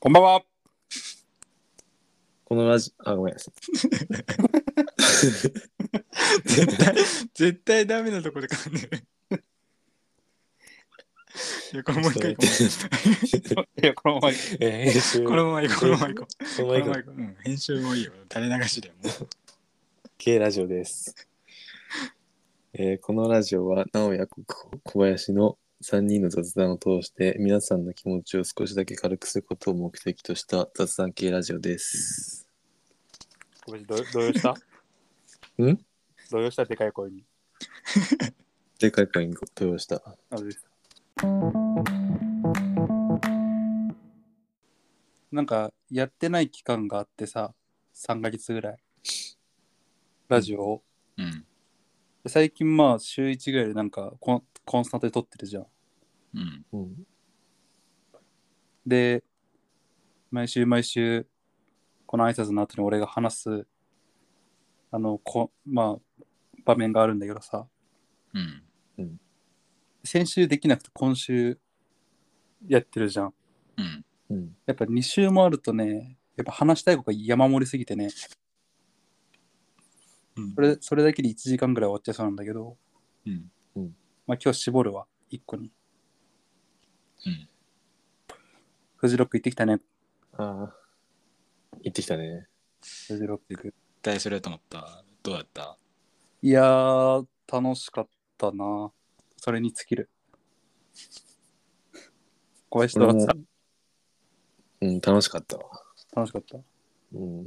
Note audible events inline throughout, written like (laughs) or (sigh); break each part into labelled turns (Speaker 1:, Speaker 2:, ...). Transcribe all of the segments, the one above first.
Speaker 1: こんばんは。
Speaker 2: このラジ、あ、ごめんなさい。
Speaker 1: 絶対、絶対ダメなとこで噛ん (laughs) でる。いや、このまま行こう
Speaker 2: ちょっ
Speaker 1: 行こう。いや、このまま行こ
Speaker 2: えー、編集
Speaker 1: う。このまま行こう。このまま行こう。
Speaker 2: この
Speaker 1: こ
Speaker 2: マイ
Speaker 1: のま
Speaker 2: ク
Speaker 1: ま行こう。うん、編集もいいよ。垂れ流しでもう。
Speaker 2: 系ラジオです。 (laughs) えーこのラジオは、直哉こ小林の3人の雑談を通して、皆さんの気持ちを少しだけ軽くすることを目的とした雑談系ラジオです。
Speaker 3: ごめん、動動揺した
Speaker 2: ん
Speaker 3: 動揺したでかい声に。
Speaker 2: でかい声にご投用した。
Speaker 3: あれですなんか、やってない期間があってさ、3ヶ月ぐらい。ラジオを。
Speaker 1: うん。
Speaker 3: で最近まあ、週1ぐらいでなんかコン、コンスタントで撮ってるじゃん。
Speaker 1: うん。
Speaker 2: うん。
Speaker 3: で、毎週毎週、この挨拶の後に俺が話す、あの、こまあ、場面があるんだけどさ、
Speaker 1: うん。
Speaker 3: 先週できなくて今週やってるじゃん。
Speaker 1: うん。
Speaker 2: うん。
Speaker 3: やっぱ2週もあるとね、やっぱ話したいことが山盛りすぎてね、
Speaker 1: うん
Speaker 3: それそれだけで1時間ぐらい終わっちゃいそうなんだけど、
Speaker 1: うん
Speaker 2: うん
Speaker 3: まあ今日絞るわ、1個に。
Speaker 1: うん
Speaker 3: フジロック行ってきたね、
Speaker 2: ああ。行ってきたね。
Speaker 3: フジロック。
Speaker 1: 絶対それだと思った。どうだった
Speaker 3: いやー、楽しかったな。それに尽きる。小林とは
Speaker 2: 俺も
Speaker 3: さ、
Speaker 2: うん、楽しかったわ。
Speaker 3: 楽しかった。
Speaker 2: うん。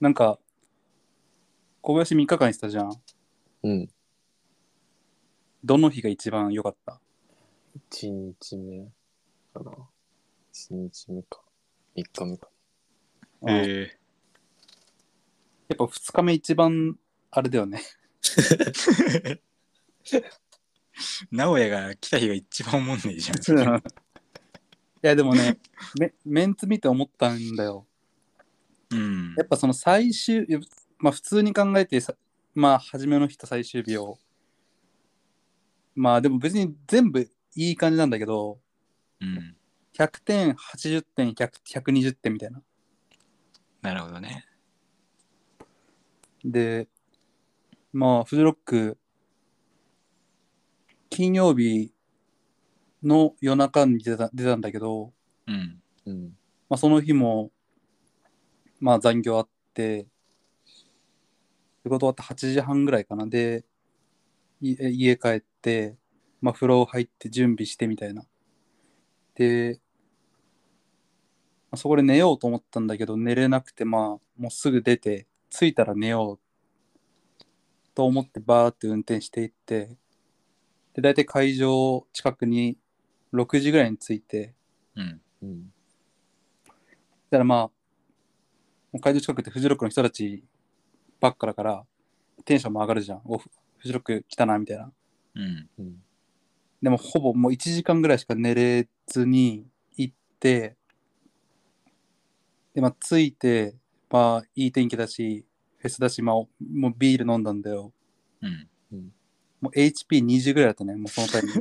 Speaker 3: なんか、小林3日間したじゃん。
Speaker 2: うん。
Speaker 3: どの日が一番良かった
Speaker 2: 1日目かな。1日目か。3日目か。
Speaker 3: うんや
Speaker 1: え
Speaker 3: っぱ2日目一番あれだよね。
Speaker 1: ー、名古屋が来た日が一番おもんねえじ
Speaker 3: (laughs)
Speaker 1: ゃん。
Speaker 3: い
Speaker 1: (laughs)
Speaker 3: やでもねメ、メンツ見て思ったんだよ。
Speaker 1: うん
Speaker 3: やっぱその最終、いやまあ普通に考えてさ、まあ初めの日と最終日を、まあでも別に全部いい感じなんだけど、
Speaker 1: うん。
Speaker 3: 100点、80点、100 120点みたいな。
Speaker 1: なるほどね。
Speaker 3: で、まあ、フジロック、金曜日の夜中に出た出たんだけど、
Speaker 1: うん。
Speaker 2: うん。
Speaker 3: まあ、その日も、まあ、残業あって、仕事終わって8時半ぐらいかな。で、いえ家帰って、まあ、風呂入って準備してみたいな。で、まあ、そこで寝ようと思ったんだけど、寝れなくて、まあ、もうすぐ出て、着いたら寝ようと思って、バーって運転していって、で、大体会場近くに6時ぐらいに着いて、
Speaker 1: うん。
Speaker 2: うん。
Speaker 3: だからまあ、もう会場近くってフジロックの人たちばっかだから、テンションも上がるじゃん。おフフジロック来たな、みたいな。
Speaker 1: うん。
Speaker 2: うん。
Speaker 3: でもほぼもう1時間ぐらいしか寝れずに行って、で、まあ着いて、まあいい天気だし、フェスだし、まあもうビール飲んだんだよ。
Speaker 1: うん。
Speaker 3: もう HP20 ぐらいだったね、もうそのタイム。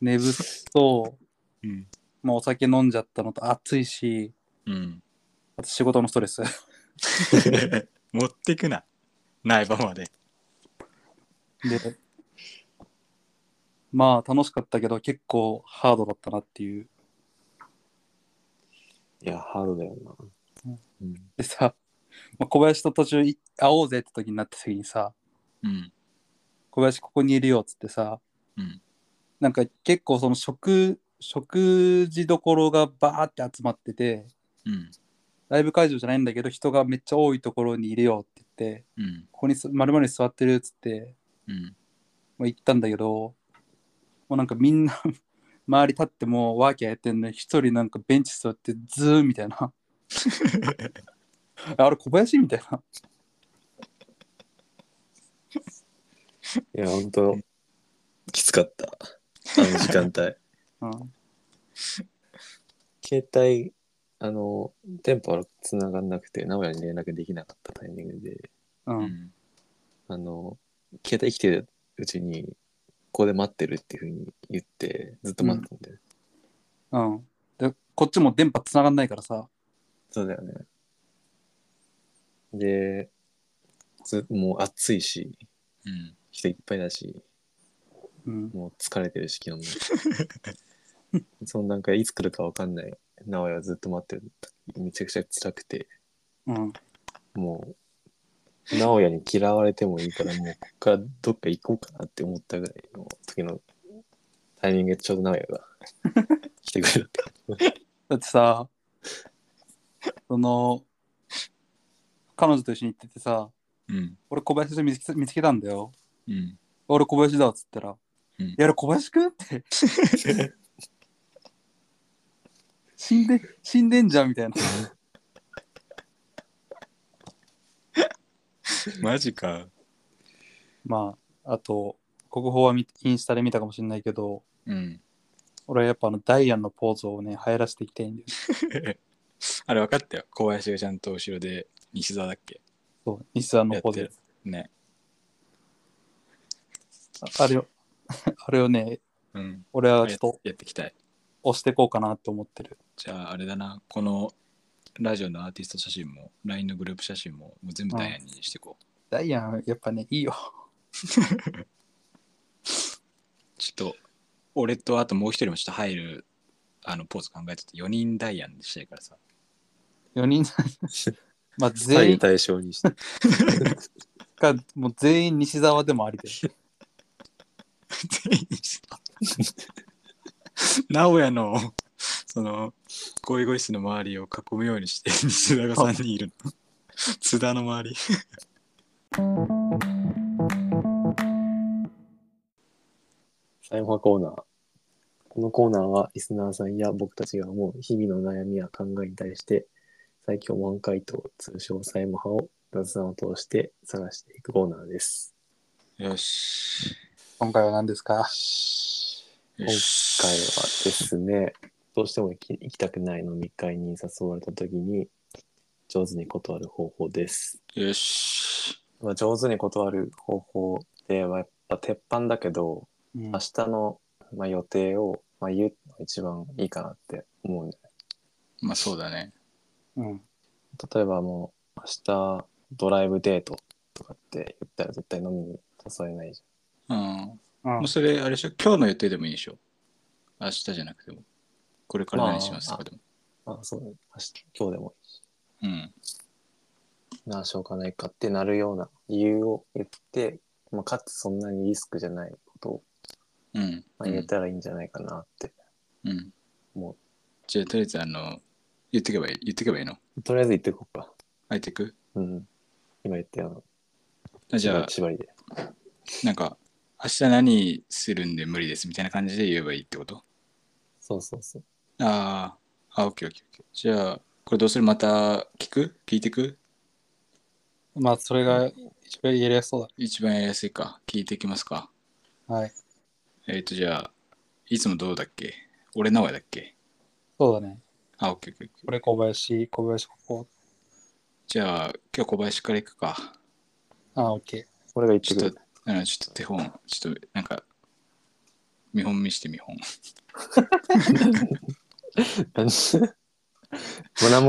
Speaker 3: 寝ぶっそう、
Speaker 1: うん。
Speaker 3: まあお酒飲んじゃったのと暑いし、
Speaker 1: うん。
Speaker 3: あと仕事のストレス。
Speaker 1: 持ってくな。苗場まで。
Speaker 3: で、まあ楽しかったけど結構ハードだったなっていう。
Speaker 2: いや、ハードだよ
Speaker 3: う
Speaker 2: な。うん。
Speaker 3: でさ、まあ、小林と途中い会おうぜって時になった時にさ、
Speaker 1: うん。
Speaker 3: 小林ここにいるよっつってさ、
Speaker 1: うん
Speaker 3: なんか結構その食、食事どころがバーって集まってて、
Speaker 1: うん。
Speaker 3: ライブ会場じゃないんだけど人がめっちゃ多いところにいるよって言って、
Speaker 1: うん。
Speaker 3: ここにす丸々に座ってるっつって、
Speaker 1: うん。
Speaker 3: まあ、行ったんだけど、もうなんかみんな (laughs) 周り立ってもうワーキャーやってんのに一人なんかベンチ座ってズーみたい (laughs) な。あれ小林みたいな。
Speaker 2: いや、ほんと、きつかった。あの時間帯。
Speaker 3: うん、
Speaker 2: (laughs) 携帯、あの、電波が繋がんなくて、名古屋に連絡できなかったタイミングで、
Speaker 3: う、
Speaker 1: うんん。
Speaker 2: あの、携帯来てるうちに、校で待ってるっていうふうに言って、ずっと待ってたんだよね。
Speaker 3: うん。で、こっちも電波つながんないからさ。
Speaker 2: そうだよね。で、ずもう暑いし、
Speaker 1: うん。
Speaker 2: 人いっぱいだし、
Speaker 3: うん。
Speaker 2: もう疲れてるし、
Speaker 3: (laughs)
Speaker 2: 気温も。その段階、いつ来るか分かんない。直哉はずっと待ってる。めちゃくちゃ辛くて、
Speaker 3: うん。
Speaker 2: もう、直哉に嫌われてもいいから、もう、こっからどっか行こうかなって思ったぐらいの時のタイミングでちょうど直哉が来てくれた。
Speaker 3: だってさ、その、彼女と一緒に行っててさ、
Speaker 1: うん。
Speaker 3: 俺小林で見つけ見つけたんだよ。
Speaker 1: うん。
Speaker 3: 俺小林だっつったら、
Speaker 1: うん
Speaker 3: いや、あれ小林くん
Speaker 1: (laughs)
Speaker 3: って、死んで、死んでんじゃんみたいな。
Speaker 1: マジか。
Speaker 3: まあ、あと、国宝は見インスタで見たかもしれないけど、
Speaker 1: うん。
Speaker 3: 俺はやっぱあのダイアンのポーズをね、流行らせていきたいんだよ。
Speaker 1: あれ分かったよ。小林がちゃんと後ろで、西澤だっけ
Speaker 3: そう、西さんの
Speaker 1: や
Speaker 3: ポ
Speaker 1: っ
Speaker 3: ー
Speaker 1: て
Speaker 3: ズ
Speaker 1: る。。ね。
Speaker 3: ああれを、 (laughs) あれをね、
Speaker 1: うん。
Speaker 3: 俺はちょ
Speaker 1: や
Speaker 3: っと
Speaker 1: やっていきたい。
Speaker 3: 押していこうかなって思ってる。
Speaker 1: じゃあ、あれだな。このラジオのアーティスト写真も、LINE のグループ写真も、もう全部ダイヤにしていこう。
Speaker 3: ダイアン、やっぱね、いいよ。
Speaker 1: ちょっと、俺とあともう一人もちょっと入る、あの、ポーズ考えてて、4人ダイヤにしたいからさ。 (laughs)
Speaker 3: 4人、まあ
Speaker 2: 左
Speaker 3: (laughs) 全
Speaker 2: 右
Speaker 3: 員
Speaker 2: 対称にして。
Speaker 3: か、もう全員西沢でもあ
Speaker 1: (laughs)
Speaker 3: りで。
Speaker 1: 直哉のそのゴイゴイスの周りを囲むようにして西田が3人いるの津田の周り
Speaker 2: 最後はコーナー。このコーナーはリスナーさんや僕たちが思う日々の悩みや考えに対して最強満回答通称サイモ派を雑談を通して探していくコーナーです。
Speaker 1: よし
Speaker 3: 今回は何ですか
Speaker 2: 今回回
Speaker 1: 今
Speaker 2: はですね、どうしても行き行きたくない飲み会に誘われた時に上手に断る方法です。
Speaker 1: よし
Speaker 2: まあ、上手に断る方法ではやっぱ鉄板だけど、
Speaker 3: うん
Speaker 2: 明日の、まあ、予定を、まあ、言うのが一番いいかなって思うんだよね
Speaker 1: まあそうだね
Speaker 3: うん。
Speaker 2: 例えばもう明日ドライブデートとかって言ったら絶対飲みに誘えないじ
Speaker 1: うん
Speaker 3: うん
Speaker 1: もうそれあれでしょ今日の予定でもいいでしょ明日じゃなくてもこれから何しますとかでも、
Speaker 2: ゃん。あそうだね明日今日でも
Speaker 1: うん
Speaker 2: なあしょうがないかってなるような理由を言って、まあ、かつそんなにリスクじゃないことを、
Speaker 1: うん、
Speaker 2: まあ、言えたらいいんじゃないかなって
Speaker 1: うん、
Speaker 2: 思う。
Speaker 1: じゃあとりあえずあの言ってけばいい言ってけばいいの
Speaker 2: とりあえず言ってこうか。
Speaker 1: 入ってく
Speaker 2: うん。今言ったよ
Speaker 1: あ
Speaker 2: う
Speaker 1: じゃあ
Speaker 2: な縛りで。
Speaker 1: なんか明日何するんで無理ですみたいな感じで言えばいいってこと
Speaker 2: そうそうそう。
Speaker 1: あーあ、オッケーオッケーオッケー。じゃあ、これどうするまた聞く聞いてく
Speaker 3: まあ、それが一番やりやすそう
Speaker 1: 一番やりやすいか。聞いてきますか。
Speaker 3: だ。はい。
Speaker 1: えっ、と、じゃあ、いつもどうだっけ俺名古屋だっけ
Speaker 3: そうだね。
Speaker 1: あ、オッケーオッケーオッケー。
Speaker 3: これ小林、小林ここ。
Speaker 1: じゃあ、今日小林から行くか。
Speaker 3: あ、オッケ
Speaker 2: 俺が言っ
Speaker 1: ち
Speaker 2: てく
Speaker 1: ょっ
Speaker 2: る
Speaker 1: と。、うんちょっと手本、ちょっと、なんか、見本見して見本。 (laughs)
Speaker 2: 何もう (laughs) 何も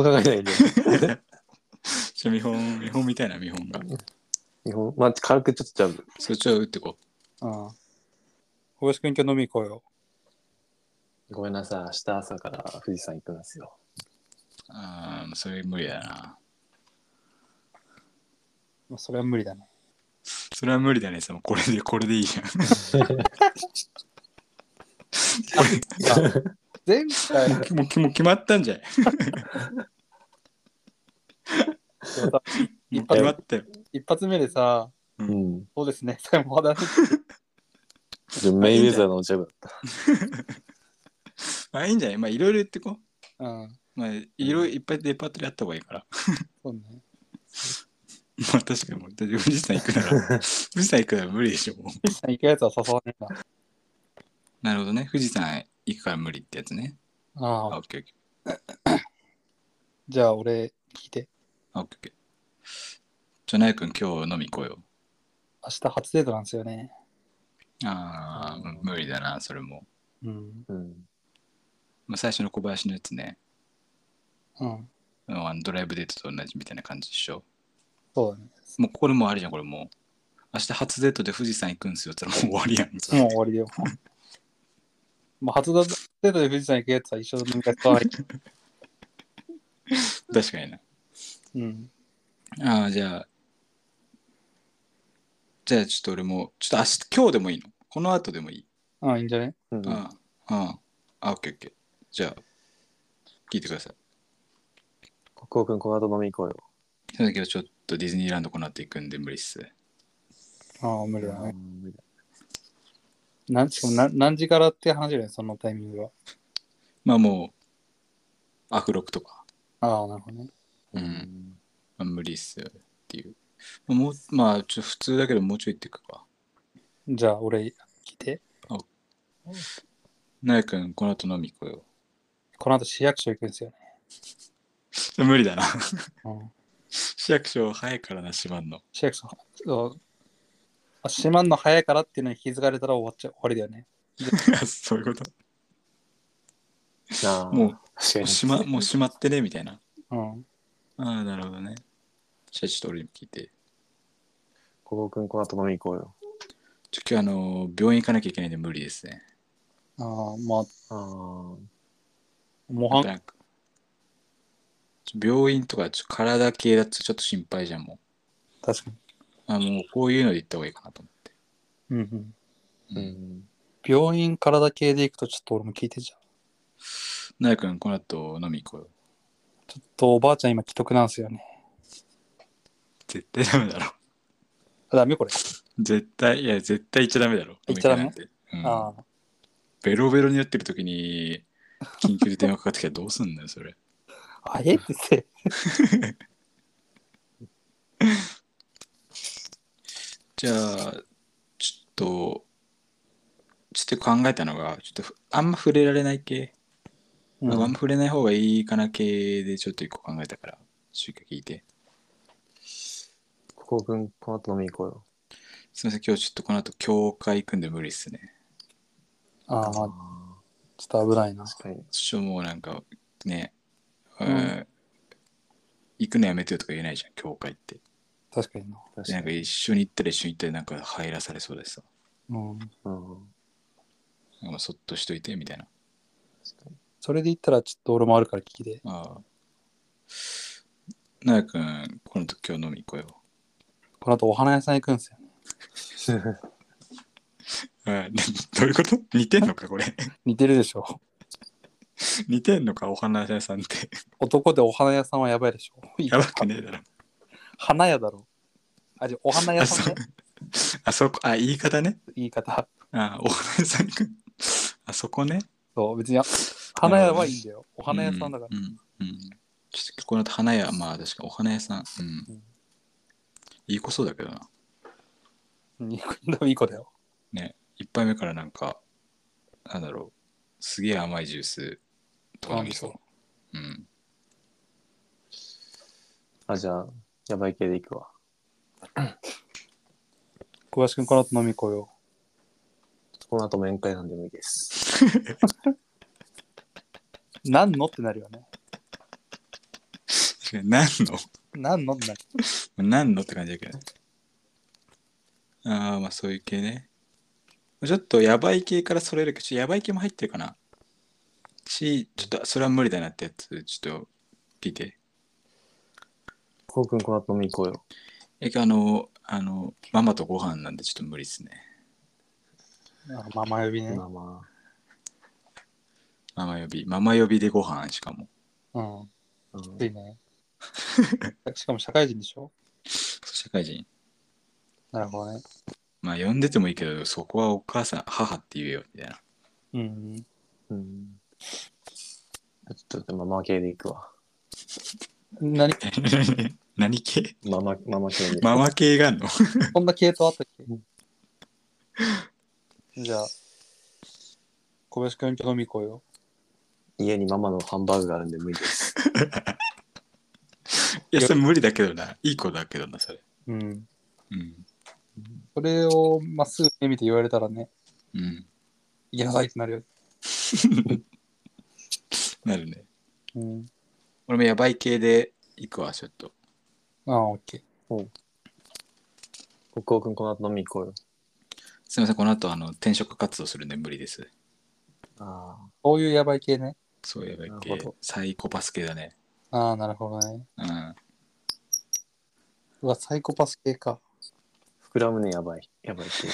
Speaker 2: 考えない (laughs) で。
Speaker 1: ちょ見 (laughs) 本、見本みたいな見本が。
Speaker 2: 日本まあ、軽くちょっとジャブ。
Speaker 1: そっちを打ってこ
Speaker 3: ー。うん。小林くん今日飲み行こうよ。
Speaker 2: ごめんなさい、明日朝から富士山行くんですよ。 (laughs)
Speaker 1: う。ああ、それ無理だな。
Speaker 3: まあ、それは無理だね。
Speaker 1: それは無理だね。そのこれで、これでいいじゃん。
Speaker 3: 前回
Speaker 1: (laughs) もうも (laughs) うもう決まったんじゃない (laughs)
Speaker 3: さ
Speaker 1: もう
Speaker 3: 一
Speaker 1: 決
Speaker 3: 発
Speaker 1: まったよ。
Speaker 3: 一発目でさ、
Speaker 2: うん。
Speaker 3: そうですね、最後まだ、
Speaker 2: じゃあメイウェザーのジャブだった。
Speaker 1: まあいいんじゃないまあいろいろ言ってこ
Speaker 3: うん、
Speaker 1: う。まあいろいろいっぱいデパートでやった方がいいから。
Speaker 3: そうね。
Speaker 1: まあ確かにもう、だって富士山行くなら、富士山行くなら無理でしょ。もう
Speaker 3: 富士山行くやつは誘われるな。
Speaker 1: なるほどね。富士山行くから無理ってやつね。
Speaker 3: あ
Speaker 1: あ、
Speaker 3: あ、
Speaker 1: オッケーオッケー。
Speaker 3: じゃあ俺、聞いて。
Speaker 1: あ、オッケーオッケー。じゃあ、ナイ君今日飲み行こうよ。
Speaker 3: 明日初デートなんですよね。
Speaker 1: ああ、無理だな、それも。
Speaker 3: うん。
Speaker 2: うん。
Speaker 1: まあ、最初の小林のやつね、
Speaker 3: うん。
Speaker 1: うんあのドライブデートと同じみたいな感じでしょ。
Speaker 3: そうだね。
Speaker 1: もうこれもうあれじゃん、これもう。明日初デートで富士山行くんすよって言ったらもう終わりやん。
Speaker 3: もう終わりだよ。まあ、初デートで富士山行くやつは一緒の飲み会使わない。
Speaker 1: 確かにな。
Speaker 3: うん。
Speaker 1: ああ、じゃあ、じゃあちょっと俺も、ちょっと明日、今日でもいいのこの後でもいい。
Speaker 3: ああ、いいんじゃね
Speaker 2: うん
Speaker 1: うん、うん。あ、オッケーオッケー。じゃあ、聞いてください。
Speaker 2: 国王くん、この後飲み行こうよ。
Speaker 1: その時はちょっとディズニーランドこの後行くんで無理っす。
Speaker 3: ああ、無理だ
Speaker 2: う
Speaker 3: ね。
Speaker 2: ん無理だ
Speaker 3: なんしかもな何時からって話だよね、そのタイミングは。
Speaker 1: まあもう、アフロクとか、
Speaker 3: ああ、なるほどね。
Speaker 1: うんまあ無理っすよっていう。まあもう、まあ、ちょっと普通だけどもうちょい行ってくか。
Speaker 3: じゃあ、俺、聞いて。
Speaker 1: なやくん、この後飲み行こ
Speaker 3: この後市役所行くんですよね。
Speaker 1: うよ。無理だな。
Speaker 3: うん、
Speaker 1: 市役所早いからな、閉まんの。 (laughs)
Speaker 3: 市役所、そうあ閉まんの早いからっていうのに気づかれたら終わっちゃ終わりだよね。
Speaker 1: そういうこと。
Speaker 2: なあ
Speaker 1: もう、
Speaker 2: 確かに。
Speaker 1: 閉ま、もう閉まってね、みたいな。
Speaker 3: うん。
Speaker 1: ああ、なるほどね。じゃあちょっと俺にも聞いて。
Speaker 2: 国王くん、この後飲み行こうよ。
Speaker 1: ちょ今日あの、病院行かなきゃいけないんで無理ですね。
Speaker 3: ああ、ま
Speaker 2: あ
Speaker 3: あ、模
Speaker 1: あと
Speaker 3: 範、
Speaker 1: なんかちょ病院とかちょ体系だとちょっと心配じゃん、も
Speaker 3: 確かに。
Speaker 1: う。あもうこういうので行った方がいいかなと思って。
Speaker 3: うんうん。
Speaker 2: あ。うん。
Speaker 3: 病院体系で行くとちょっと俺も聞いてじゃん。
Speaker 1: なやくん、この後飲み行こうよ。
Speaker 3: ちょっとおばあちゃん今既得なんですよね。
Speaker 1: 絶対ダメだろ。 (laughs)
Speaker 3: あダメこれ。
Speaker 1: 絶対、いや、絶対行っちゃダメだろ。
Speaker 3: 行っちゃダメ
Speaker 1: 飲み行かないなんてうん
Speaker 3: ああ、
Speaker 1: ベロベロになってる時に、緊急で電話かかってきたらどうすんだよ、そ
Speaker 3: (laughs)
Speaker 1: れ。
Speaker 3: あえってせ。
Speaker 1: じゃあ、ちょっと、ちょっと考えたのが、ちょっとふあんま触れられない系、
Speaker 3: う
Speaker 1: あんま
Speaker 3: ん、
Speaker 1: 触れない方がいいかな系でちょっと一個考えたから、週華聞いて。
Speaker 2: 国王くん、この後飲み行こうよ。
Speaker 1: すみません、今日ちょっとこの後、教会行くんで無理っすね。
Speaker 3: ああ、まあ
Speaker 2: あ
Speaker 3: ちょっと危ないな
Speaker 2: あ。確かに。
Speaker 1: ちょっともうなんか、ね、
Speaker 3: ん
Speaker 1: うん行くのやめてよとか言えないじゃん、教会って。
Speaker 3: 確かにな。
Speaker 2: 確
Speaker 1: でな
Speaker 2: か
Speaker 1: んか
Speaker 2: に。
Speaker 1: 一緒に行ったら一緒に行ったらなんか入らされそうでさ、
Speaker 3: うん。
Speaker 2: うん。
Speaker 1: なんかそっとしといてみたいな。
Speaker 2: 確かに。 (laughs)
Speaker 3: それで言ったらちょっと俺もあるから聞いて。
Speaker 1: ああ。なやくん、この時今日飲み行こうよ。
Speaker 3: この後お花屋さん行くんですよね。
Speaker 1: うん、 (laughs) どういうこと似てんのかこれ。
Speaker 3: 似てるでしょ。
Speaker 1: (laughs) 似てんのかお花屋さんって。
Speaker 3: 男でお花屋さんはやばいでしょ。
Speaker 1: やばくねえだろ。
Speaker 3: 花屋だろ。あ、じゃあお花屋
Speaker 1: あ、
Speaker 3: さ
Speaker 1: そ
Speaker 3: ん
Speaker 1: う
Speaker 3: ね。。
Speaker 1: あそこ、あ、言い方ね。
Speaker 3: 言い方。
Speaker 1: あ、お花屋さんく。あそこね。
Speaker 3: そう、別にあ花屋はいいんだよ。お
Speaker 1: お
Speaker 3: 花屋さんだから。
Speaker 1: うん。うん。うんちょっとこの後花屋、まあ確かお花屋さん。う
Speaker 3: うんん。
Speaker 1: いい子そうだけどな。
Speaker 3: うん、でもいい子だよ。
Speaker 1: ね。一杯目からなんか、なんだろう。すげえ甘いジュースとか飲みそう。うん。
Speaker 2: あ、じゃあ、やばい系で行くわ。
Speaker 3: 小林くん、この後飲み行こうよ。
Speaker 2: この後面会なんでもいいです。
Speaker 3: 何のってなるよね。
Speaker 1: 確かに何の
Speaker 3: 何のってなる。
Speaker 1: 何のって感じだけどね。ああ、まあそういう系ね。ちょっとやばい系からそれるけど、ちょっとやばい系も入ってるかな。し、ちょっとそれは無理だなってやつ、ちょっと聞いて。
Speaker 2: こうくん、この後飲み行こうよ。
Speaker 1: え、あの、あの、ママとご飯なんでちょっと無理っすね。
Speaker 3: あママ呼びね。
Speaker 2: まあま
Speaker 1: ママ呼び。ママ呼びでご飯しかも。
Speaker 3: うん。
Speaker 2: あ。うん
Speaker 3: きつい
Speaker 1: (laughs)
Speaker 3: ね。しかも社会人でしょ
Speaker 1: 社会人。
Speaker 3: なるほどね。
Speaker 1: まあ呼んでてもいいけど、そこはお母さん、母って言えよ、みたいな。 (laughs)
Speaker 3: うん。
Speaker 2: うん。ちょっとママ系で行くわ。
Speaker 3: 何
Speaker 1: 何系
Speaker 2: ママ、ママ系で。
Speaker 1: ママ系があ
Speaker 2: (laughs)
Speaker 1: んの
Speaker 3: そんな系統あったっけじゃあ、小林くん今日飲み行こうよ。
Speaker 2: 家にママのハンバーグがあるんで無理です。
Speaker 1: いや、それ無理だけどな。いい子だけどな、それ。
Speaker 3: うん。
Speaker 1: うん。
Speaker 3: それを、まあ、すぐ目見て言われたらね、
Speaker 1: うん。
Speaker 3: 行きなさいってなるよ。
Speaker 1: なるね。
Speaker 3: うん。
Speaker 1: 俺もやばい系で行くわ、ちょっと。
Speaker 3: ああ、オッケー。
Speaker 2: 北欧くんこの後飲み行こうよ。
Speaker 1: すみません、この後あの転職活動するんで無理です。
Speaker 2: あ
Speaker 3: そういうやばい系ね。
Speaker 1: そうやばい
Speaker 2: な
Speaker 1: 系
Speaker 2: るほど。
Speaker 1: サイコパス系だね。
Speaker 3: ああ、なるほどね。
Speaker 1: うん。
Speaker 3: うわ、サイコパス系か。
Speaker 2: あ、膨らむね、やばい。やばい系。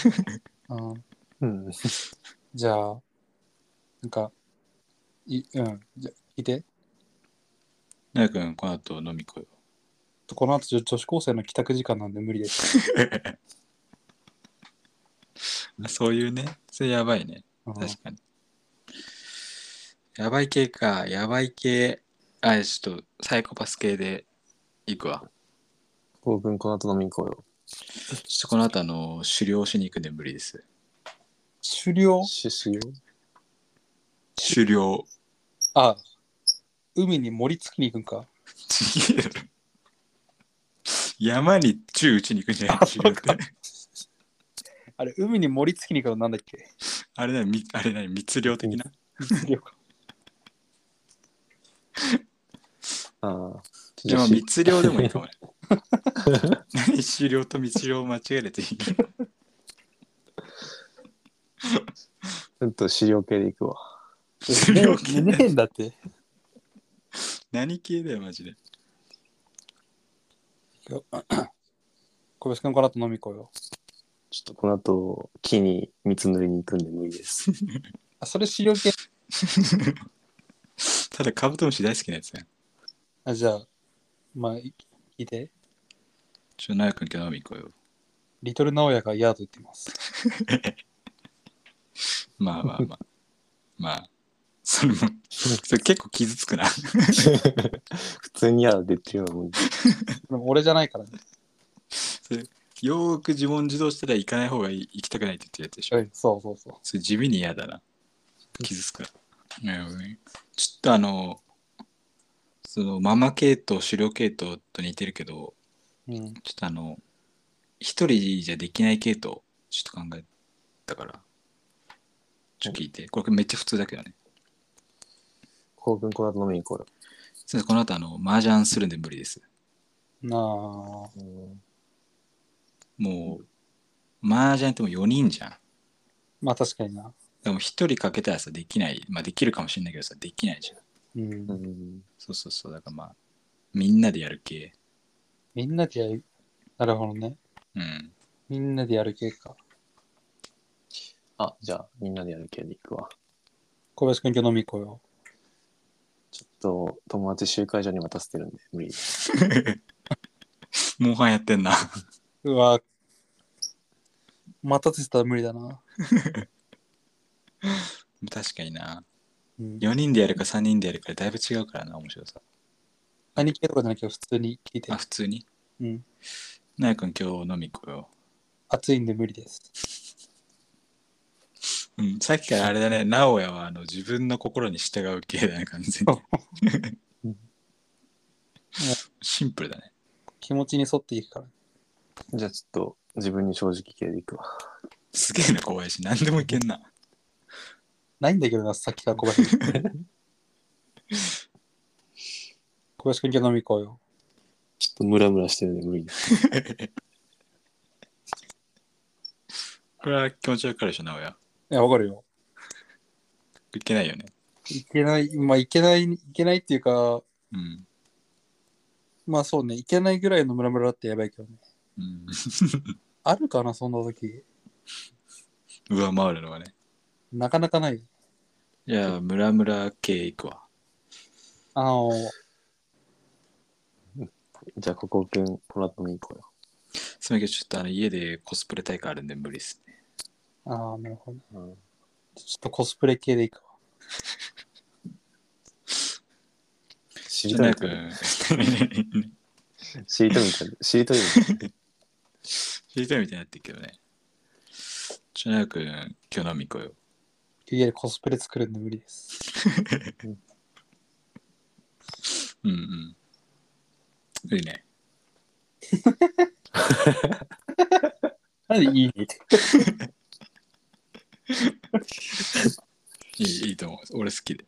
Speaker 3: うん。
Speaker 2: うん。
Speaker 3: じゃあ、なんか、いうん。じゃあ聞いて。
Speaker 1: なやくん、この後飲み行こう
Speaker 3: この後、女女子高生の帰宅時間なんで無理です。
Speaker 1: よ。そういうね。それやばいね。
Speaker 3: うん
Speaker 1: 確かに。やばい系か。やばい系。あ、ちょっとサイコパス系で行くわ。
Speaker 2: 北欧くんこの後飲み行こうよ。
Speaker 1: ちょっとこの後あの狩猟しに行くんで無理です。
Speaker 3: 狩猟
Speaker 2: シュシュよ。
Speaker 1: 狩猟。
Speaker 3: あ、海に盛りつきに行くんか。
Speaker 1: ちげえだろ山に銃撃ちに行くんじゃない狩猟って
Speaker 3: あれ、海に盛りつきに行くのなんだっ (laughs) け
Speaker 1: あれなみあれな密猟的な。
Speaker 3: 密漁か
Speaker 2: ああ。
Speaker 1: じゃあ密漁でもいいかもね。 (laughs) 何狩猟と密猟を間違えれていいの
Speaker 2: ちょっと資料系で行くわ。
Speaker 1: 狩猟系
Speaker 3: ねえんだって。
Speaker 1: 何系だよマジで。
Speaker 3: (laughs) 小林君からと飲み行こうよ。
Speaker 2: ちょっとこの後、木に蜜塗りに行くんで無理です。
Speaker 3: あ、それ狩猟系。
Speaker 1: ただカブトムシ大好きなやつやん。
Speaker 3: あ、じゃあ、まあ、い聞いて。
Speaker 1: ちょっとくん今日飲み行こうよ。
Speaker 3: リトルナオヤがヤード言ってます。
Speaker 1: まあまあまあ。まあ。それも、それ結構傷つくな。
Speaker 2: 普通にやら出てるよ、もう。
Speaker 3: でも俺じゃないからね。
Speaker 1: よーく自問自答したら行かない方がいい、行きたくないって言ってるやつでしょ。
Speaker 3: そうそうそう。
Speaker 1: それ地味に嫌だな。傷つくな。なるほどねちょっとあの、そのママ系統、狩猟系統と似てるけど、
Speaker 3: うん、
Speaker 1: ちょっとあの、一人じゃできない系統、ちょっと考えたから、ちょっと聞いて。これめっちゃ普通だけどね。
Speaker 2: こうくんこの後飲みに行こ
Speaker 1: すいませんこの後あの、麻雀するんで無理です。
Speaker 3: な
Speaker 2: う
Speaker 3: あ、
Speaker 2: よ。うん
Speaker 1: もう、麻雀ってもう4人じゃん。
Speaker 3: まあ確かにな。
Speaker 1: でも一人かけたらさ、できない。まあできるかもしれないけどさ、できないじゃん。
Speaker 3: うん
Speaker 2: う。ん。
Speaker 1: そうそうそう。だからまあ、みんなでやる系。
Speaker 3: みんなでやる。なるほどね。
Speaker 1: うん。
Speaker 3: みんなでやる系か。
Speaker 2: あ、じゃあ、みんなでやる系で行くわ。
Speaker 3: 小林君今日飲み行こうよ。
Speaker 2: ちょっと、友達集会所に渡せてるんで無理です。
Speaker 1: モンハンやってんな。 (laughs)
Speaker 3: うわ待たせてたら無理だな。
Speaker 1: 確かにな。
Speaker 3: うん、
Speaker 1: 4人でやるか3人でやるかでだいぶ違うからな、面白さ。
Speaker 3: 何系とかじゃなくて普通に聞いて
Speaker 1: あ、。普通に
Speaker 3: うん。
Speaker 1: なやくん今日飲み行こうよ。
Speaker 3: 暑いんで無理です。 (laughs)
Speaker 1: うん。さっきからあれだね、直哉はあの自分の心に従う系だね、完全に。シンプルだね。
Speaker 3: 気持ちに沿っていくから。
Speaker 2: じゃあ、ちょっと、自分に正直系で行くわ。
Speaker 1: すげえな、小林。何でもいけんな。
Speaker 3: ないんだけどな、さっきから小林君。小林君今日飲み行こうよ。
Speaker 2: ちょっとムラムラしてるんで無理です。
Speaker 1: これは気持ちわかるでしょ、直哉。
Speaker 3: いや、わかるよ。
Speaker 1: いけないよね。
Speaker 3: いけない、まあ、いけない、いけないっていうか、
Speaker 1: うん。
Speaker 3: まあそうね、いけないぐらいのムラムラってやばいけどね。
Speaker 1: うん、 (laughs)
Speaker 3: あるかな、そんな時。
Speaker 1: 上回るのはね。
Speaker 3: なかなかない。
Speaker 1: じゃあ、ムラムラ系いくわ。
Speaker 3: あの、
Speaker 2: じゃあ、ここくん、この後飲みに行こうよ。
Speaker 1: すみません、ちょっとあの家でコスプレ大会あるんで無理ですね。
Speaker 3: ああ、なるほど。
Speaker 2: うん
Speaker 3: ちょっとコスプレ系でいくわ。
Speaker 2: し
Speaker 1: じ
Speaker 2: り
Speaker 1: ゃ
Speaker 2: と
Speaker 1: な
Speaker 2: り
Speaker 1: く、 (laughs) 知
Speaker 2: しりとりみたいな。しりとりみたいな。
Speaker 1: りたいみたいになってるけどね。じゃなく、今日飲み行こうよ。
Speaker 3: 家でコスプレ作るんで無理です。
Speaker 1: うんうん。いいね。
Speaker 3: なんでいいって。
Speaker 1: いいいいと思う。俺好きで。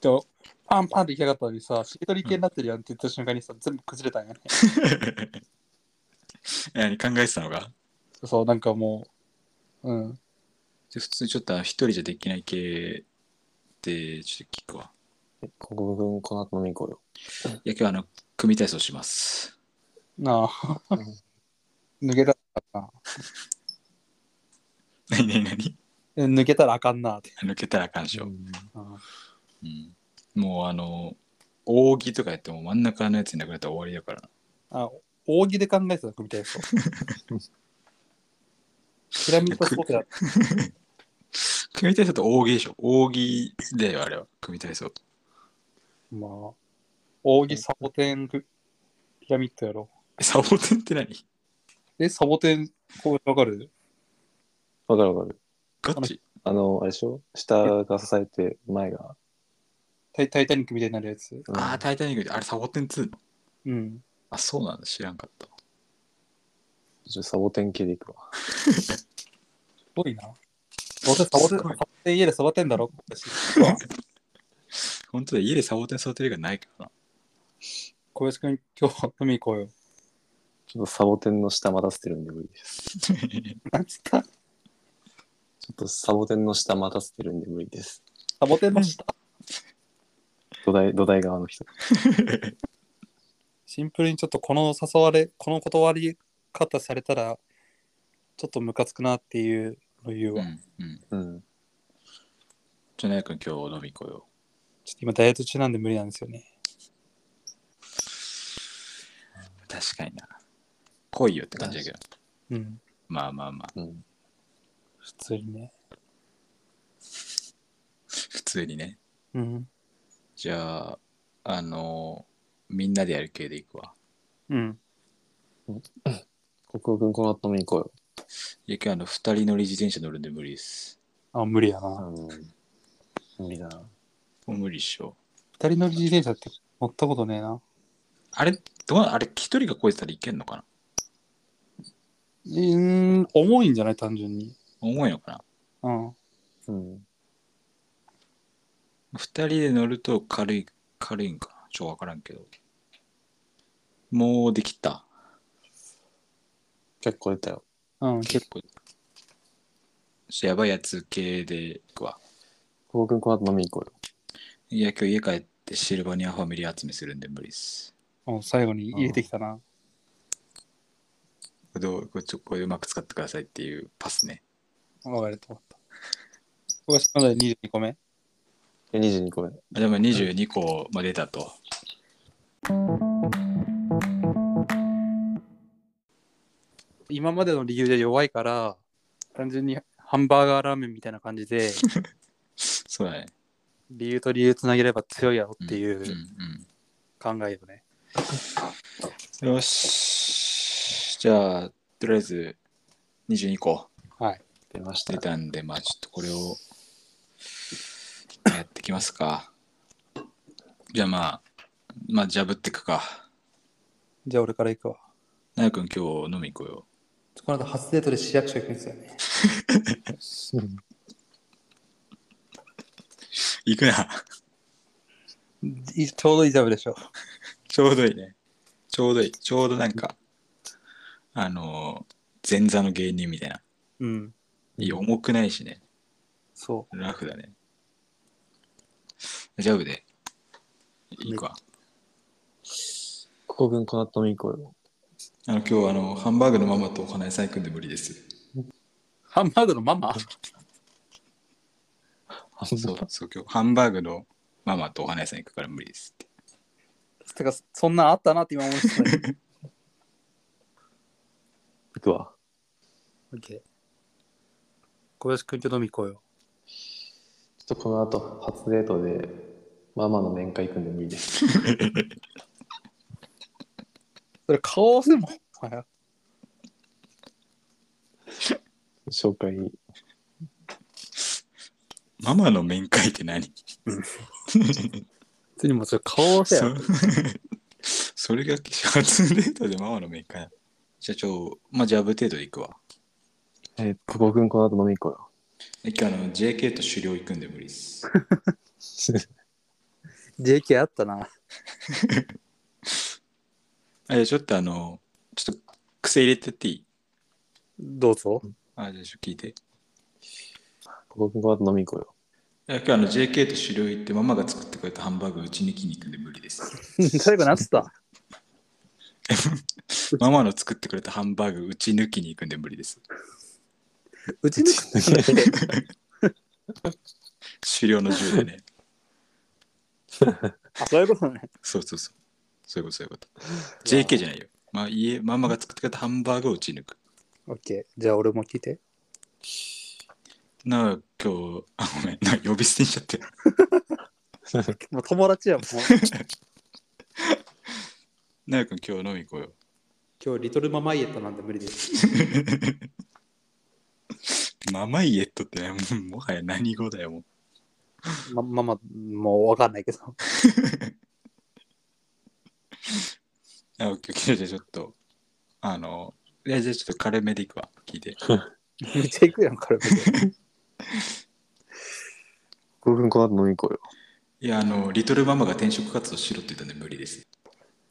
Speaker 3: とパンパンっていきやがったのにさ、しりとり系になってるやんって言った瞬間にさ、全部崩れたんやね。
Speaker 1: 何考えてたのか
Speaker 3: そう、なんかもう、うん。
Speaker 1: で普通にちょっと一人じゃできない系でちょっと聞くわ。
Speaker 2: ここ分この後飲み行こうよ。
Speaker 1: いや今日はあの組体操します。 (laughs)
Speaker 3: なあ。 (laughs) 抜けたらあかんな。
Speaker 1: 何何何
Speaker 3: え抜けたらあかんなって。
Speaker 1: 抜けたらあかんでしょ。
Speaker 3: うん
Speaker 1: うんもうあの扇とかやっても真ん中のやつになくなったら終わりだからな
Speaker 3: あ、扇で考えてた組みたいで
Speaker 1: (laughs)
Speaker 3: す。ピラミッドスポーツだ。
Speaker 1: 組体操と扇でしょ扇だよあれは組体操
Speaker 3: まあ、扇サボテンぐピラミッドやろ。
Speaker 1: サボテンって何
Speaker 3: え、サボテン、こうわかる
Speaker 2: わかるわかる。
Speaker 1: ガチ
Speaker 2: あの、あれでしょ下が支えて、前が。
Speaker 3: タイタイタニックみたいになるやつ。
Speaker 2: うん
Speaker 1: ああータイタニックであれサボテン2の
Speaker 3: うん。
Speaker 1: あそうなんだ知らんかった
Speaker 2: ちょっとサボテン系でいくわ。
Speaker 3: すごいな。どうせサボテン、
Speaker 1: す
Speaker 3: サ
Speaker 1: ご
Speaker 3: ボ
Speaker 1: い
Speaker 3: テン家で育てんだろ。
Speaker 1: 本当だ家でサボテン育てるがないからな
Speaker 3: 小林君、今日飲み行こうよ。
Speaker 2: ちょっとサボテンの下待たせてるんで無理です。
Speaker 3: なんつった
Speaker 2: ちょっとサボテンの下待たせてるんで無理です。
Speaker 3: サボテンの下。
Speaker 2: 土台、土台側の人。
Speaker 3: シンプルにちょっとこの誘われ、この断り方されたら、ちょっとムカつくなっていうの言う
Speaker 1: う
Speaker 3: わ。
Speaker 1: んうん
Speaker 2: うん。
Speaker 1: じゃあナヤ君今日飲み行こうよ
Speaker 3: ちょっと今ダイエット中なんで無理なんですよね。
Speaker 1: 確かにな来いよって感じだけど
Speaker 3: うん。
Speaker 1: まあまあまあ
Speaker 2: うん。
Speaker 3: 普通にね。
Speaker 1: 普通にね
Speaker 3: うん。
Speaker 1: じゃああのみんなでやる系でいくわ
Speaker 3: うん。
Speaker 2: 国語君この後飲み行こ
Speaker 1: いや今日あの二人乗り自転車乗るんで無理です
Speaker 3: あ、無理や
Speaker 2: う
Speaker 3: な。
Speaker 2: よ。うん。無理だな。
Speaker 1: もう無理っしょ。
Speaker 3: 二人乗り自転車って乗ったことねえな。
Speaker 1: あれ、どうなあれ、一人が超えてたらいけんのかな
Speaker 3: うーん、重いんじゃない単純に。
Speaker 1: 重いのか
Speaker 3: うん。
Speaker 2: うん。
Speaker 1: な二人で乗ると軽い、軽いんかなちょっとわからんけど。もうできた。
Speaker 2: 結構出たよ。
Speaker 3: うん。
Speaker 1: 結構。ちょっとやばいやつ系でいくわ。
Speaker 2: 国語君この後飲み行こうよ。
Speaker 1: いや、今日家帰ってシルバニアファミリー集めするんで無理っす。
Speaker 3: うん最後に入れてきたな。
Speaker 1: これどうこれちょこれうまく使ってくださいっていうパスね。
Speaker 3: わかると思った。小林君まだ22個目。
Speaker 2: え22個目。
Speaker 1: あでも22個まで出たと。
Speaker 3: 今までの理由で弱いから、単純にハンバーガーラーメンみたいな感じ (laughs) で、
Speaker 1: そうだね。
Speaker 3: 理由と理由つなげれば強いやろってい
Speaker 1: うん
Speaker 3: う
Speaker 1: う。
Speaker 3: ん考えよね。
Speaker 1: よし。じゃあ、とりあえず22個。
Speaker 3: はい。
Speaker 2: 出まし
Speaker 1: 出
Speaker 2: た。
Speaker 1: たんで、まあちょっとこれをやってきますか。じゃあまあ、まあジャブってくか。
Speaker 3: じゃあ俺から行くわ。
Speaker 1: なやくん今日飲み行こうよ。
Speaker 3: この後初デートで市役所行くんですよね。
Speaker 1: 行くな。 (laughs)
Speaker 3: いちょうどいいジャブでしょ。
Speaker 1: ちょうどいいね。ちょうどいい。ちょうどなんか、あのー、前座の芸人みたいな。
Speaker 3: うん。
Speaker 1: いい重くないしね。
Speaker 3: そ
Speaker 1: ラフだね。ジャブで。いいか。
Speaker 2: 国語君この後飲み行こうよ。
Speaker 1: あの今日あの、ハンバーグのママとお花屋さん行くんで無理です。
Speaker 3: う。ハンバーグのママ
Speaker 2: あ、
Speaker 1: そう。そう、今日ハンバーグのママとお花屋さん行くから無理ですって。
Speaker 3: てか、そんなんあったなって今思ってた (laughs) ね。
Speaker 2: 行くわ。
Speaker 3: オッケー小林君と飲み行こうよ。
Speaker 2: ちょっとこの後、初デートで、ママの面会行くんで無理です。
Speaker 3: それ顔合わせも。お前
Speaker 2: 紹介。
Speaker 1: ママの面会って何
Speaker 3: 普通にもうそれ顔合わせや
Speaker 1: そ
Speaker 3: ろ。
Speaker 1: (laughs) それが初デートでママの面会じゃあちょまあジャブ程度で行くわ
Speaker 2: えー、久保君この後飲み行 (laughs) こ
Speaker 1: え今日あの JK と狩猟行くんで無理
Speaker 3: (laughs)
Speaker 1: っす。
Speaker 2: うよ。
Speaker 3: JK あったな。
Speaker 1: あじゃあちょっとあの、ちょっと癖入れてっていい
Speaker 3: どうぞ。
Speaker 1: あじゃあちょっと聞いて。い
Speaker 2: 久保君この後飲み行こうよ。
Speaker 1: や今日あの JK と狩猟行ってママが作ってくれたハンバーグうちに来に行くんで無理です。
Speaker 3: (laughs) 最後なって (laughs) た。
Speaker 1: ママの作ってくれたハンバーグうち抜きに行くんで無理です。
Speaker 3: うちの
Speaker 1: 狩猟の銃でね。
Speaker 3: あ、そういうことね。
Speaker 1: そうそうそう。そういうことそういうこと。JK じゃないよ。まあ、家ママが作ってくれたハンバーグを打ち抜く。
Speaker 3: オッケー。じゃあ俺も聞いて。
Speaker 1: なあ、今日、 (laughs) あ、ごめん、な呼び捨てにしちゃって。
Speaker 3: もう友達やもん。
Speaker 1: なあ君、今日飲み行こうよ。
Speaker 3: 今日リトルママイエットなんで無理です。
Speaker 1: ママイエットって (laughs) ね、もうもはや何語だよ、もう。
Speaker 3: ま、ママ、もうわかんないけど。
Speaker 1: あ、オッケーオッケーじゃあちょっと、あの、いやじゃあちょっと軽めでいくわ、聞いて。
Speaker 3: めっちゃ行くやん、これ。 (laughs)
Speaker 2: 久保君この後飲み行こう
Speaker 1: いや、あの、リトルママが転職活動しろって言ったんで無理です。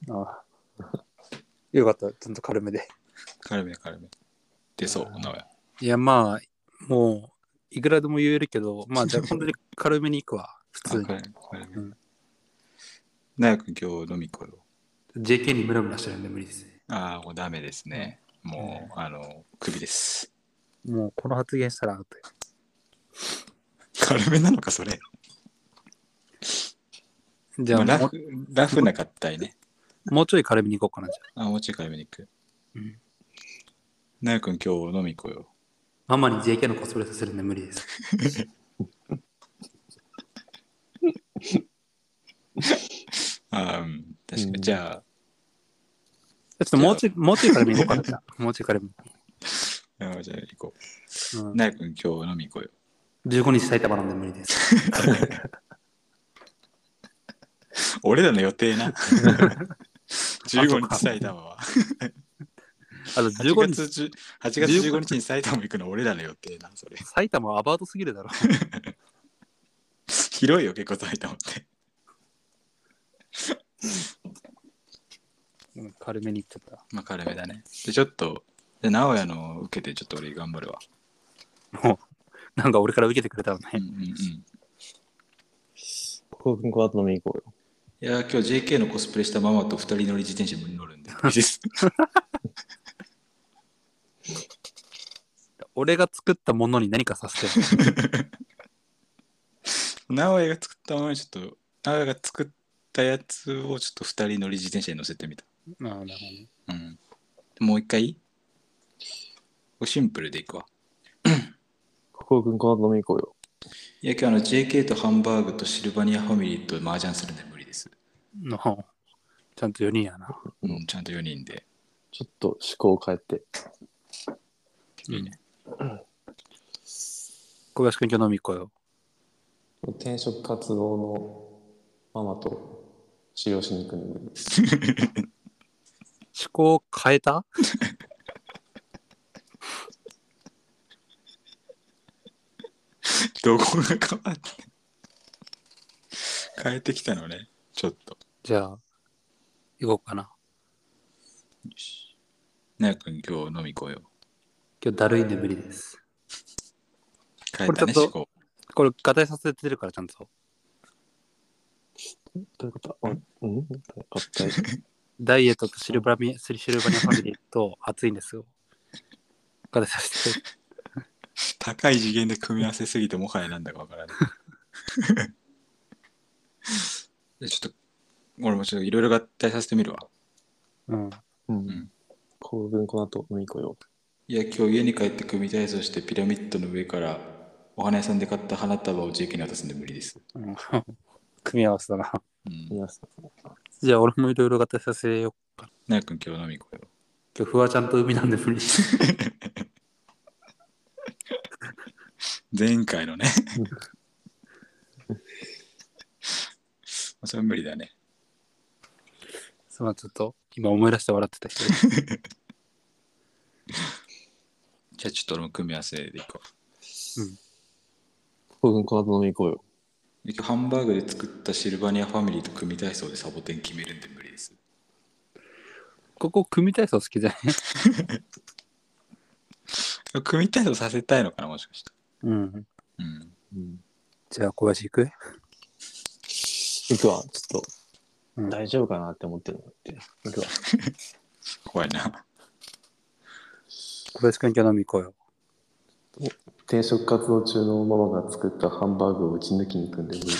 Speaker 3: あよかった、ちゃんと軽めで。
Speaker 1: 軽め、軽め。出そう、なおや。
Speaker 3: いや、まあ、もう、いくらでも言えるけど、 (laughs) まあ、じゃあ本当に軽めに行くわ。普
Speaker 1: あ、
Speaker 3: 通に
Speaker 1: 軽。め、軽
Speaker 3: う
Speaker 1: め
Speaker 3: ん。
Speaker 1: なあ君、今日飲み行こうよ。
Speaker 3: JK にムラムラしてるんで無理です。
Speaker 1: ああ、もうダメですね。もう、あの、クビです。
Speaker 3: もう、この発言したらアウトよ
Speaker 1: 軽めなのか、それ。
Speaker 3: じゃあ、
Speaker 1: まあ
Speaker 3: も
Speaker 1: ラフ、ラフな合体ね。
Speaker 3: うもうちょい軽めに行こうかな、じゃあ。
Speaker 1: あ、もうちょい軽めに行く
Speaker 3: うん。
Speaker 1: なやくん、今日飲み行こうよ。
Speaker 3: ママに JK のコスプレさせるんで無理です。
Speaker 1: あーうん、確か
Speaker 2: う
Speaker 1: に。
Speaker 2: ん
Speaker 1: じゃ
Speaker 3: ちょっともうちょい、もうちょい軽めに行こうかな、 (laughs) じゃあ。もうちょい軽めに。
Speaker 1: あ、あじゃあ行こ
Speaker 3: うん
Speaker 1: う。なやくん、今日飲み行こうよ。
Speaker 3: 15日埼玉なんで無理です。
Speaker 1: 俺らの予定 (laughs) な。15日埼玉は。
Speaker 3: あと
Speaker 1: 8
Speaker 3: 15日、
Speaker 1: 月じゅ8月15日に埼玉行くの俺らの予定な、それ。 (laughs)
Speaker 3: 埼玉はアバウトすぎるだろ。
Speaker 1: 広いよ、結構埼玉って。
Speaker 3: うん軽めに行っちゃっ
Speaker 1: まあ、軽めだね。で、ちょっと、で、直哉の受けて、ちょっと俺頑張るわ。
Speaker 3: た。もう、なんか俺から受けてくれたの
Speaker 1: うん
Speaker 3: ね。
Speaker 1: うんうん。い
Speaker 2: よ。久保君この後飲み行こうよ。
Speaker 1: やー、今日 JK のコスプレしたママと二人乗り自転車に乗るん (laughs) で、無理です。
Speaker 3: 俺が作ったものに何かさせて (laughs) る。
Speaker 1: 直江が作ったものにちょっと直江が作ったやつをちょっと2人乗り自転車に乗せてみた
Speaker 3: なるほどね。
Speaker 1: うんもう一回いいシンプルでいくわ
Speaker 2: 久保君この後飲み行こうよ。
Speaker 1: いや今日あの JK とハンバーグとシルバニアファミリーと麻雀するんで無理です、
Speaker 3: のちゃんと4人やな。
Speaker 1: う
Speaker 2: うん
Speaker 1: ん、ちゃんと4人で
Speaker 2: ちょっと思考を変えて。
Speaker 1: いいね、
Speaker 3: 小林君今日飲み行こうよ。
Speaker 2: 転職活動のママと治療しに行くんです。
Speaker 3: 思考変えた
Speaker 1: どこが変わって変えてきたのねちょっと
Speaker 3: じゃあ、行こうかな。
Speaker 1: なやくん今日飲み行こうよ
Speaker 3: 今日だるいんで無理です。
Speaker 1: 変えた
Speaker 3: これ
Speaker 1: ね
Speaker 3: ちょ
Speaker 1: 思
Speaker 3: っと
Speaker 1: 考
Speaker 3: これ、合体させてるから、ちゃんと。
Speaker 2: どういうことあうんあ大丈
Speaker 3: ダイエットとシルバニア、シルバニアファミリーと暑いんですよ。合体させてる。
Speaker 1: 高い次元で組み合わせすぎてもはやなんだかわからないで。ちょっと、俺もちょっといろいろ合体させてみるわ。
Speaker 3: うん。
Speaker 2: 夫うんん。久保君この後飲み行こうよ。
Speaker 1: いや、今日家に帰って組体操してピラミッドの上からお花屋さんで買った花束を JK に渡すんで無理です。
Speaker 3: うん (laughs) 組み合わせだな。
Speaker 1: うん。
Speaker 2: 皆さん。
Speaker 3: じゃあ俺もいろいろ合体させよう。
Speaker 1: なやくん今日飲み行こうよ。
Speaker 3: 今日フワちゃんと海なんで無理。
Speaker 1: 前回のね。それ無理だね。
Speaker 3: すまん、ちょっと今思い出して笑ってた人。
Speaker 1: キャッチと俺も組み合わせでいこ
Speaker 2: コウ君カード飲み行こうよ。
Speaker 1: う。今日ハンバーグで作ったシルバニアファミリーと組み体操でサボテン決めるんで無理です。
Speaker 3: ここ、組体操好きじゃない
Speaker 1: 組み体操させたいのかな、もしかして。
Speaker 3: うん。
Speaker 1: うん。
Speaker 2: うん。
Speaker 3: じゃあ、小林行く
Speaker 2: 行くわ、ちょっと。
Speaker 3: うん
Speaker 2: 大丈夫かなって思ってるのって。行くわ。
Speaker 1: 怖いな。
Speaker 3: 小林くん今日飲み行こうよ。
Speaker 2: 転職活動中のママが作ったハンバーグを打ち抜きに行くんで無理で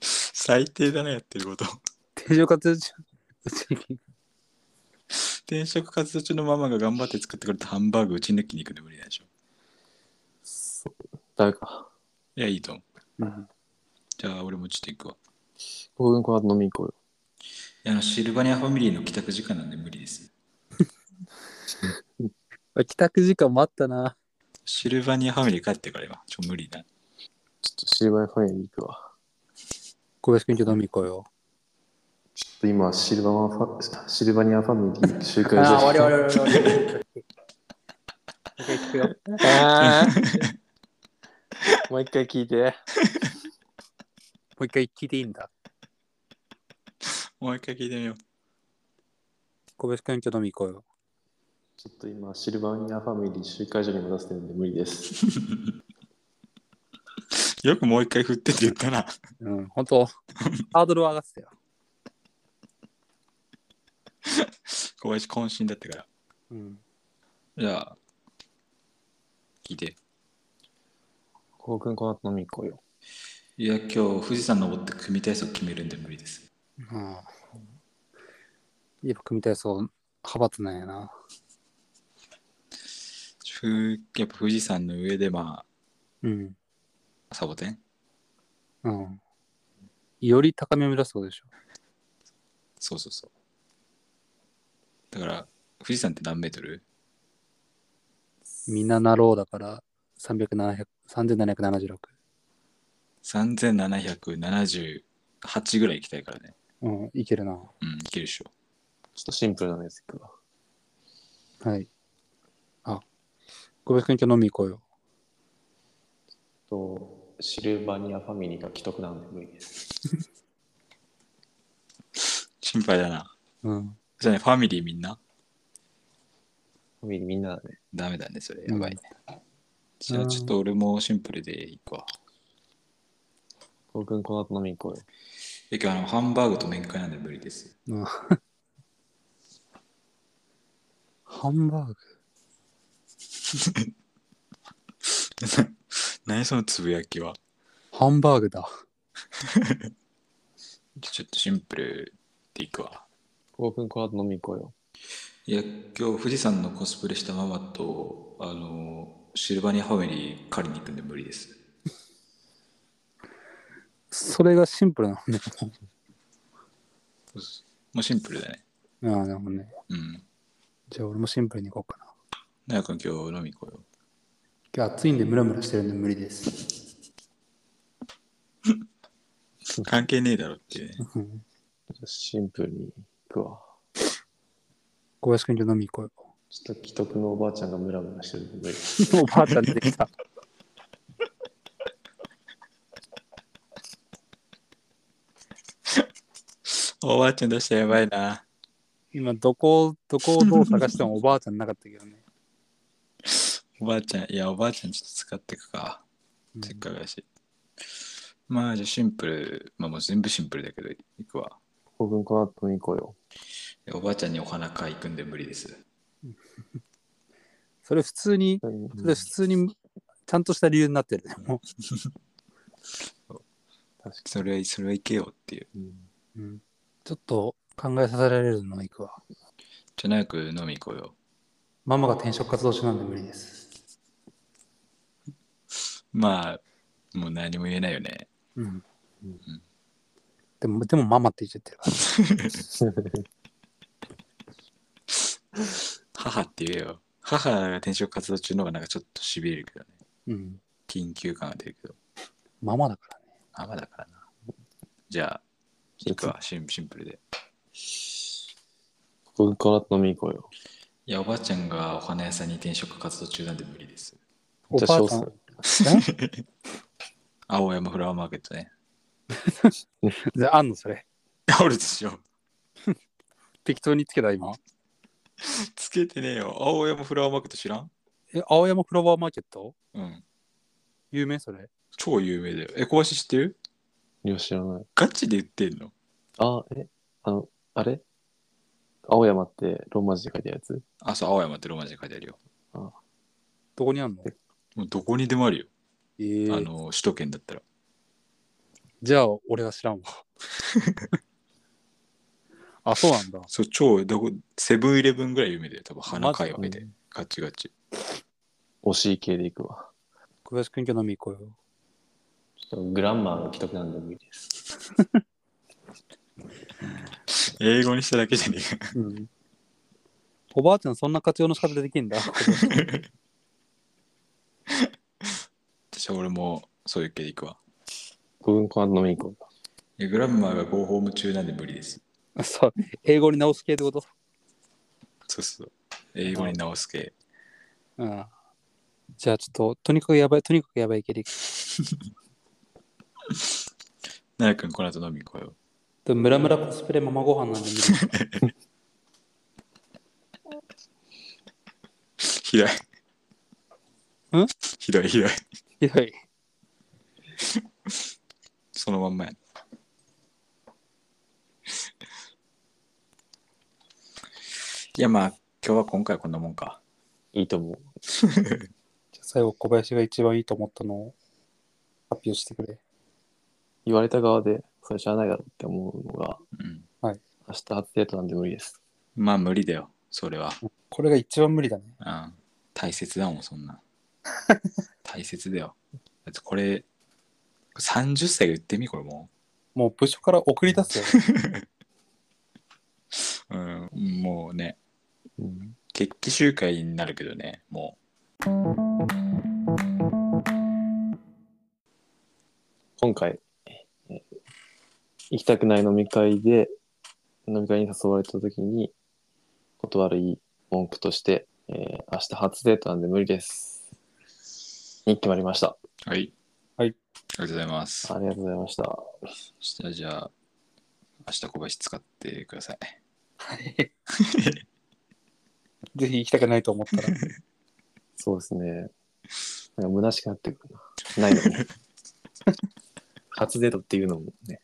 Speaker 2: す。
Speaker 1: 最低だな、やってること。
Speaker 3: 定常活動中、 (laughs) うちに
Speaker 1: 転職活動中のママが頑張って作ってくれたハンバーグ打ち抜きに行くんで無理なんでしょ。
Speaker 2: 誰か。
Speaker 1: いや、いいと思う。
Speaker 3: うん。
Speaker 1: じゃあ、俺もちょっと行くわ。
Speaker 2: コウ君カード飲み行こうよ。
Speaker 1: いやあのシルバニアファミリーの帰宅時間なんで無理です。
Speaker 3: 帰宅時間もあったな。
Speaker 1: シルバニアファミリー帰ってから今、ちょ無理だ。
Speaker 2: ちょっとシルバーファミリー行くわ。
Speaker 3: 小林くん今日飲み行こうよ。
Speaker 2: ちょっと今シルバーファ、シルバニアファミリー集会
Speaker 3: ああ、終わり終わ
Speaker 2: り。
Speaker 3: り終わり終わり。一回 (laughs) 聞くよ。
Speaker 2: ああ。 (laughs) もう一回聞いて。
Speaker 3: もう一回聞いていいんだ。
Speaker 1: もう一回聞いてみよう。
Speaker 3: 小林くん今日飲み行こうよ。
Speaker 2: ちょっと今、シルバニアファミリー集会所に戻してるんで無理です。
Speaker 1: よくもう一回振ってって言ったな。
Speaker 3: うん、本当ハードルは上がってたよ。
Speaker 1: 小林渾身だったから。
Speaker 3: うん。
Speaker 1: じゃあ、聞いて。
Speaker 2: コウ君この後飲み行こうよ。
Speaker 1: いや、今日富士山登って組体操決めるんで無理です。
Speaker 3: ああ。やっぱ組体操、派閥なんやな。
Speaker 1: ふやっぱ富士山の上でま
Speaker 3: うん。
Speaker 1: あ、サボテン
Speaker 3: うん。より高めを目指すことでしょ。
Speaker 1: そうそうそう。だから、富士山って何メートル
Speaker 3: みんななろうだから、300 3776。
Speaker 1: ?3778 ぐらい行きたいからね。
Speaker 3: うん、いけるな。
Speaker 1: うん、行けるでしょ。
Speaker 2: ちょっとシンプルなやつ行くわ。
Speaker 3: はい。あ、小林くん今日飲み行こうよ。
Speaker 2: と、シルバニアファミリーが既得なんで無理です。
Speaker 1: 心配だな。
Speaker 3: うん。
Speaker 1: じゃあね、ファミリーみんな
Speaker 2: ファミリーみんなだね。
Speaker 1: ダメだね、それ。やばいね。じゃ
Speaker 3: う
Speaker 1: あ
Speaker 3: ん
Speaker 1: ちょっと俺もシンプルでいくわ。
Speaker 2: コウ君この後飲み行こうよ。
Speaker 1: え今日あの、ハンバーグと面会なんで無理です。
Speaker 3: うん (laughs) ハンバーグ
Speaker 1: (laughs) 何そのつぶやきは。
Speaker 3: ハンバーグだ。
Speaker 1: ちょっとシンプルでいくわ。
Speaker 2: コウ君この後飲み行こうよ。
Speaker 1: いや、今日富士山のコスプレしたママと、あの、シルバニアファミリー借りに行くんで無理です。
Speaker 3: それがシンプルなのね。
Speaker 1: もうシンプルだね。
Speaker 3: (laughs) ああ、なるほどね。
Speaker 1: うん。
Speaker 3: じゃあ俺もシンプルに行こうかな。
Speaker 1: なやくん今日飲み行こうよ。
Speaker 3: 今日暑いんでムラムラしてるんで無理です。
Speaker 1: 関係ねえだろっていうね。
Speaker 3: うん
Speaker 2: シンプルに行くわ。
Speaker 3: 小林くん今日飲み行こ
Speaker 2: ちょっと既得のおばあちゃんがムラムラしてるんで無理です。
Speaker 3: (laughs) うよ。おばあちゃん出てきた。
Speaker 1: おばあちゃん出したらやばいな。
Speaker 3: 今どこ、どこをどう探してもおばあちゃんなかったけどね。
Speaker 1: おばあちゃん、いや、おばあちゃんちょっと使ってくか。
Speaker 3: うん
Speaker 1: せっかくだし。まあ、じゃあシンプル、まあもう全部シンプルだけど、行くわ。
Speaker 2: コウ君この後飲み行こうよ。
Speaker 1: いやおばあちゃんにお花買い行くんで無理です。
Speaker 3: それ普通に、それ
Speaker 2: 確
Speaker 3: 普通にちゃんとした理由になってるね。も
Speaker 2: か
Speaker 1: それは、それは行けよっていう。
Speaker 2: に。
Speaker 3: ううんちょっと考えさせられるの行くわ。
Speaker 1: じゃあ、なやくん飲み行こうよ。
Speaker 3: ママが転職活動中なんで無理です。
Speaker 1: まあ、もう何も言えないよね。
Speaker 3: うん
Speaker 1: ん。
Speaker 3: でも、でもママって言っちゃってるから。
Speaker 1: 母って言えよ。母が転職活動中の方がなんかちょっとしびれるけどね。
Speaker 3: うん。
Speaker 1: 緊急感が出るけど。
Speaker 3: ママだからね。
Speaker 1: あまだからな。じゃあ、行くわ、シンシンプルで。
Speaker 2: ここから飲み行こうよ。
Speaker 1: いや、おばあちゃんがお花屋さんに転職活動中なんで無理です。
Speaker 3: お
Speaker 2: じゃ
Speaker 3: ば
Speaker 2: あ
Speaker 3: あ
Speaker 2: 翔
Speaker 3: ち
Speaker 2: さ
Speaker 3: ゃ
Speaker 2: ん
Speaker 3: ん、
Speaker 1: 青山フラワーマーケット (laughs) ね。
Speaker 3: じゃああんのそれ。
Speaker 1: 俺でしょ。
Speaker 3: 適当につけた今。
Speaker 1: つけてねえよ。青山フラワーマーケット知らん
Speaker 3: え、青山フラワーマーケット
Speaker 1: うん。
Speaker 3: 有名それ。
Speaker 1: 超有名だよ。え、小林知ってる
Speaker 2: いや、知らない。
Speaker 1: ガチで言ってんの
Speaker 2: あ、え、あの、あれ青山ってローマ字で書いてあるやつ
Speaker 1: あ、そう、青山ってローマ字で書いてあるよ。
Speaker 3: どこにあんの
Speaker 1: もうどこにでもあるよ。
Speaker 3: え
Speaker 1: あ
Speaker 3: ー、
Speaker 1: の、首都圏だったら。
Speaker 3: じゃあ俺は知らんわ。 (laughs) あ、そうなんだ。
Speaker 1: そう、超、どこ、セブンイレブンぐらい有名だよ。多分、花界隈
Speaker 2: う
Speaker 1: で。ガチガチ。
Speaker 2: 惜しい系でいくわ。
Speaker 3: 小林くん今日飲み行こうよ。
Speaker 2: ちょっとグランマーの既得なんで無理です。
Speaker 1: 英語にしただけじゃねえか。 (laughs)
Speaker 3: うん。おばあちゃんそんな活用の仕方ででき (laughs) んだ。
Speaker 1: 私は俺もそういう系でいくわ。
Speaker 2: 文庫は飲みに行こうか。
Speaker 1: いやグランマーがゴーホーム中なんで無理です。
Speaker 3: そう、英語に直す系ってこと
Speaker 1: そうそう。英語に直す系。
Speaker 3: うん。じゃあちょっと、とにかくやばい、とにかくやばい系で行く。
Speaker 1: 奈良くん、この後飲み行こうよ。
Speaker 3: でもムラムラコスプレママご飯なんで無理。 (laughs)
Speaker 1: ひどい。
Speaker 3: ん
Speaker 1: ひどいひどい。
Speaker 3: ひどい。
Speaker 1: そのまんまや。いやまあ今日は今回はこんなもんか。
Speaker 2: いいと思う。
Speaker 3: じゃあ最後、小林が一番いいと思ったのを発表してくれ。
Speaker 2: 言われた側で、それ知らないだろうって思うのが、
Speaker 1: うん、
Speaker 2: 明日初デートなんで無理です。
Speaker 1: まあ無理だよ、それは。
Speaker 3: これが一番無理だね。
Speaker 1: うん、大切だもん、そんな。大切だよ。だってこれ、30歳が言ってみ、これも
Speaker 3: もう部署から送り出すよ。
Speaker 1: う。うん、もうね、
Speaker 2: うん。
Speaker 1: 決起集会になるけどね、も
Speaker 2: 今回、え行きたくない飲み会で、飲み会に誘われた時に、断るいい文句として、えー明日初デートなんで無理です。に決まりました。
Speaker 1: う。はい。
Speaker 3: はい
Speaker 1: ありがとうございます。
Speaker 2: ありがとうございました。
Speaker 1: そしたらじゃあ、明日小林使ってください。
Speaker 3: (laughs) はい。ぜひ行きたくないと思ったら。
Speaker 2: そうですね。なんか虚しくなってくるな。ないのに。 (laughs) 初デートっていうのもね、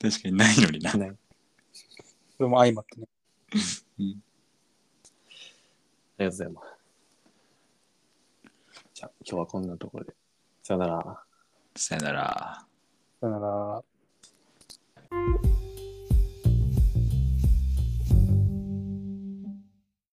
Speaker 1: 確かにないのにな。
Speaker 2: ない。
Speaker 3: それも相まってね。
Speaker 2: ありがとうございます。じゃあ、今日はこんなところで。さよなら。
Speaker 1: さよなら。
Speaker 3: だから、